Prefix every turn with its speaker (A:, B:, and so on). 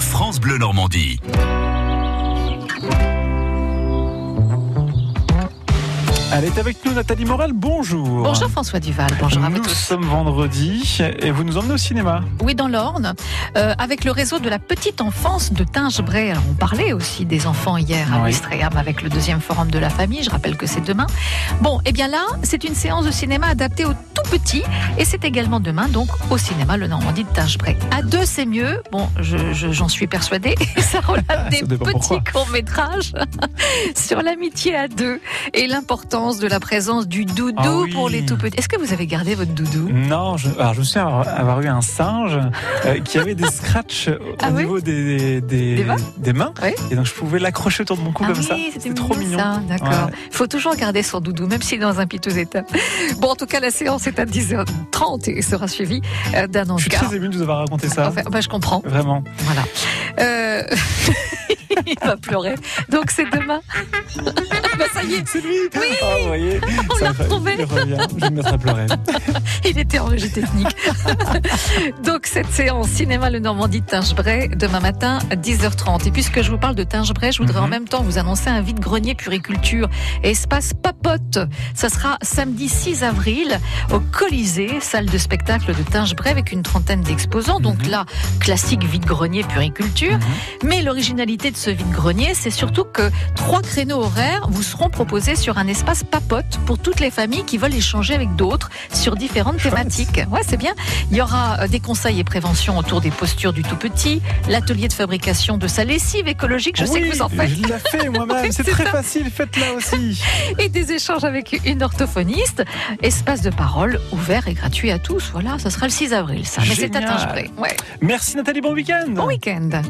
A: France Bleu Normandie.
B: Elle est avec nous, Nathalie Morel. Bonjour.
C: Bonjour François Duval, bonjour à vous
B: Nous
C: tous.
B: sommes vendredi et vous nous emmenez au cinéma.
C: Oui, dans l'Orne, euh, avec le réseau de la petite enfance de Tingebray. Alors, on parlait aussi des enfants hier à
B: Oui.
C: Ouistreham avec le deuxième forum de la famille, je rappelle que c'est demain. Bon, et bien là, c'est une séance de cinéma adaptée aux tout petits et c'est également demain, donc au cinéma Le Normandie de Tingebray. À deux, c'est mieux. Bon, je- je- j'en suis persuadée. Ça relate des
B: dépend pourquoi.
C: petits courts-métrages sur l'amitié à deux et l'importance de la présence du doudou
B: Ah oui.
C: pour les tout petits. Est-ce que vous avez gardé votre doudou
B: Non, je, alors je me souviens avoir, avoir eu un singe euh, qui avait des scratchs au
C: Ah oui
B: niveau des, des,
C: Des mains
B: des mains.
C: Oui.
B: Et donc je pouvais l'accrocher autour de mon cou
C: Ah
B: comme ça.
C: oui, c'était
B: C'était trop mignon.
C: ça, D'accord.
B: Ouais.
C: Faut toujours garder son doudou, même s'il est dans un piteux état. Bon, en tout cas, la séance est à 10h30 et sera suivie euh, d'un
B: Je suis
C: encart.
B: très ému de vous avoir raconté ça.
C: Enfin, bah, je comprends.
B: Vraiment.
C: Voilà. Euh, Il va pleurer. Donc c'est demain. bah, ça y est,
B: C'est lui Ah, vous voyez,
C: On
B: ça
C: l'a
B: me fait-
C: retrouvé.
B: Il revient. Je vais me mettre à pleurer.
C: il était en régie technique. Donc cette séance cinéma le Normandie de Tingebray demain matin à 10h30. Et puisque je vous parle de Tingebray, je voudrais
B: Mhm.
C: en même temps vous annoncer un vide-grenier puriculture et espace papote. Ça sera samedi 6 avril au Colisée, salle de spectacle de Tingebray avec une trentaine d'exposants. Donc
B: Mhm.
C: là, classique vide-grenier puriculture. Mais l'originalité de ce vide-grenier, c'est surtout que trois créneaux horaires vous seront proposés sur un espace papote pour toutes les familles qui veulent échanger avec d'autres sur différentes thématiques. Ouais, c'est bien. Il y aura euh, des conseils et préventions autour des postures du tout petit, l'atelier de fabrication de sa lessive écologique, je sais
B: Oui,
C: que vous en faites,
B: Je l'ai fait moi-même.
C: Oui,
B: C'est
C: c'est
B: très
C: ça.
B: facile. Faites-la aussi.
C: et des échanges avec une orthophoniste. Espace de parole ouvert et gratuit à tous. Voilà, ça sera le 6 avril, ça. Mais c'est à
B: Génial.
C: Tingebray. Ouais.
B: Merci Nathalie. Bon week-end.
C: Bon week-end.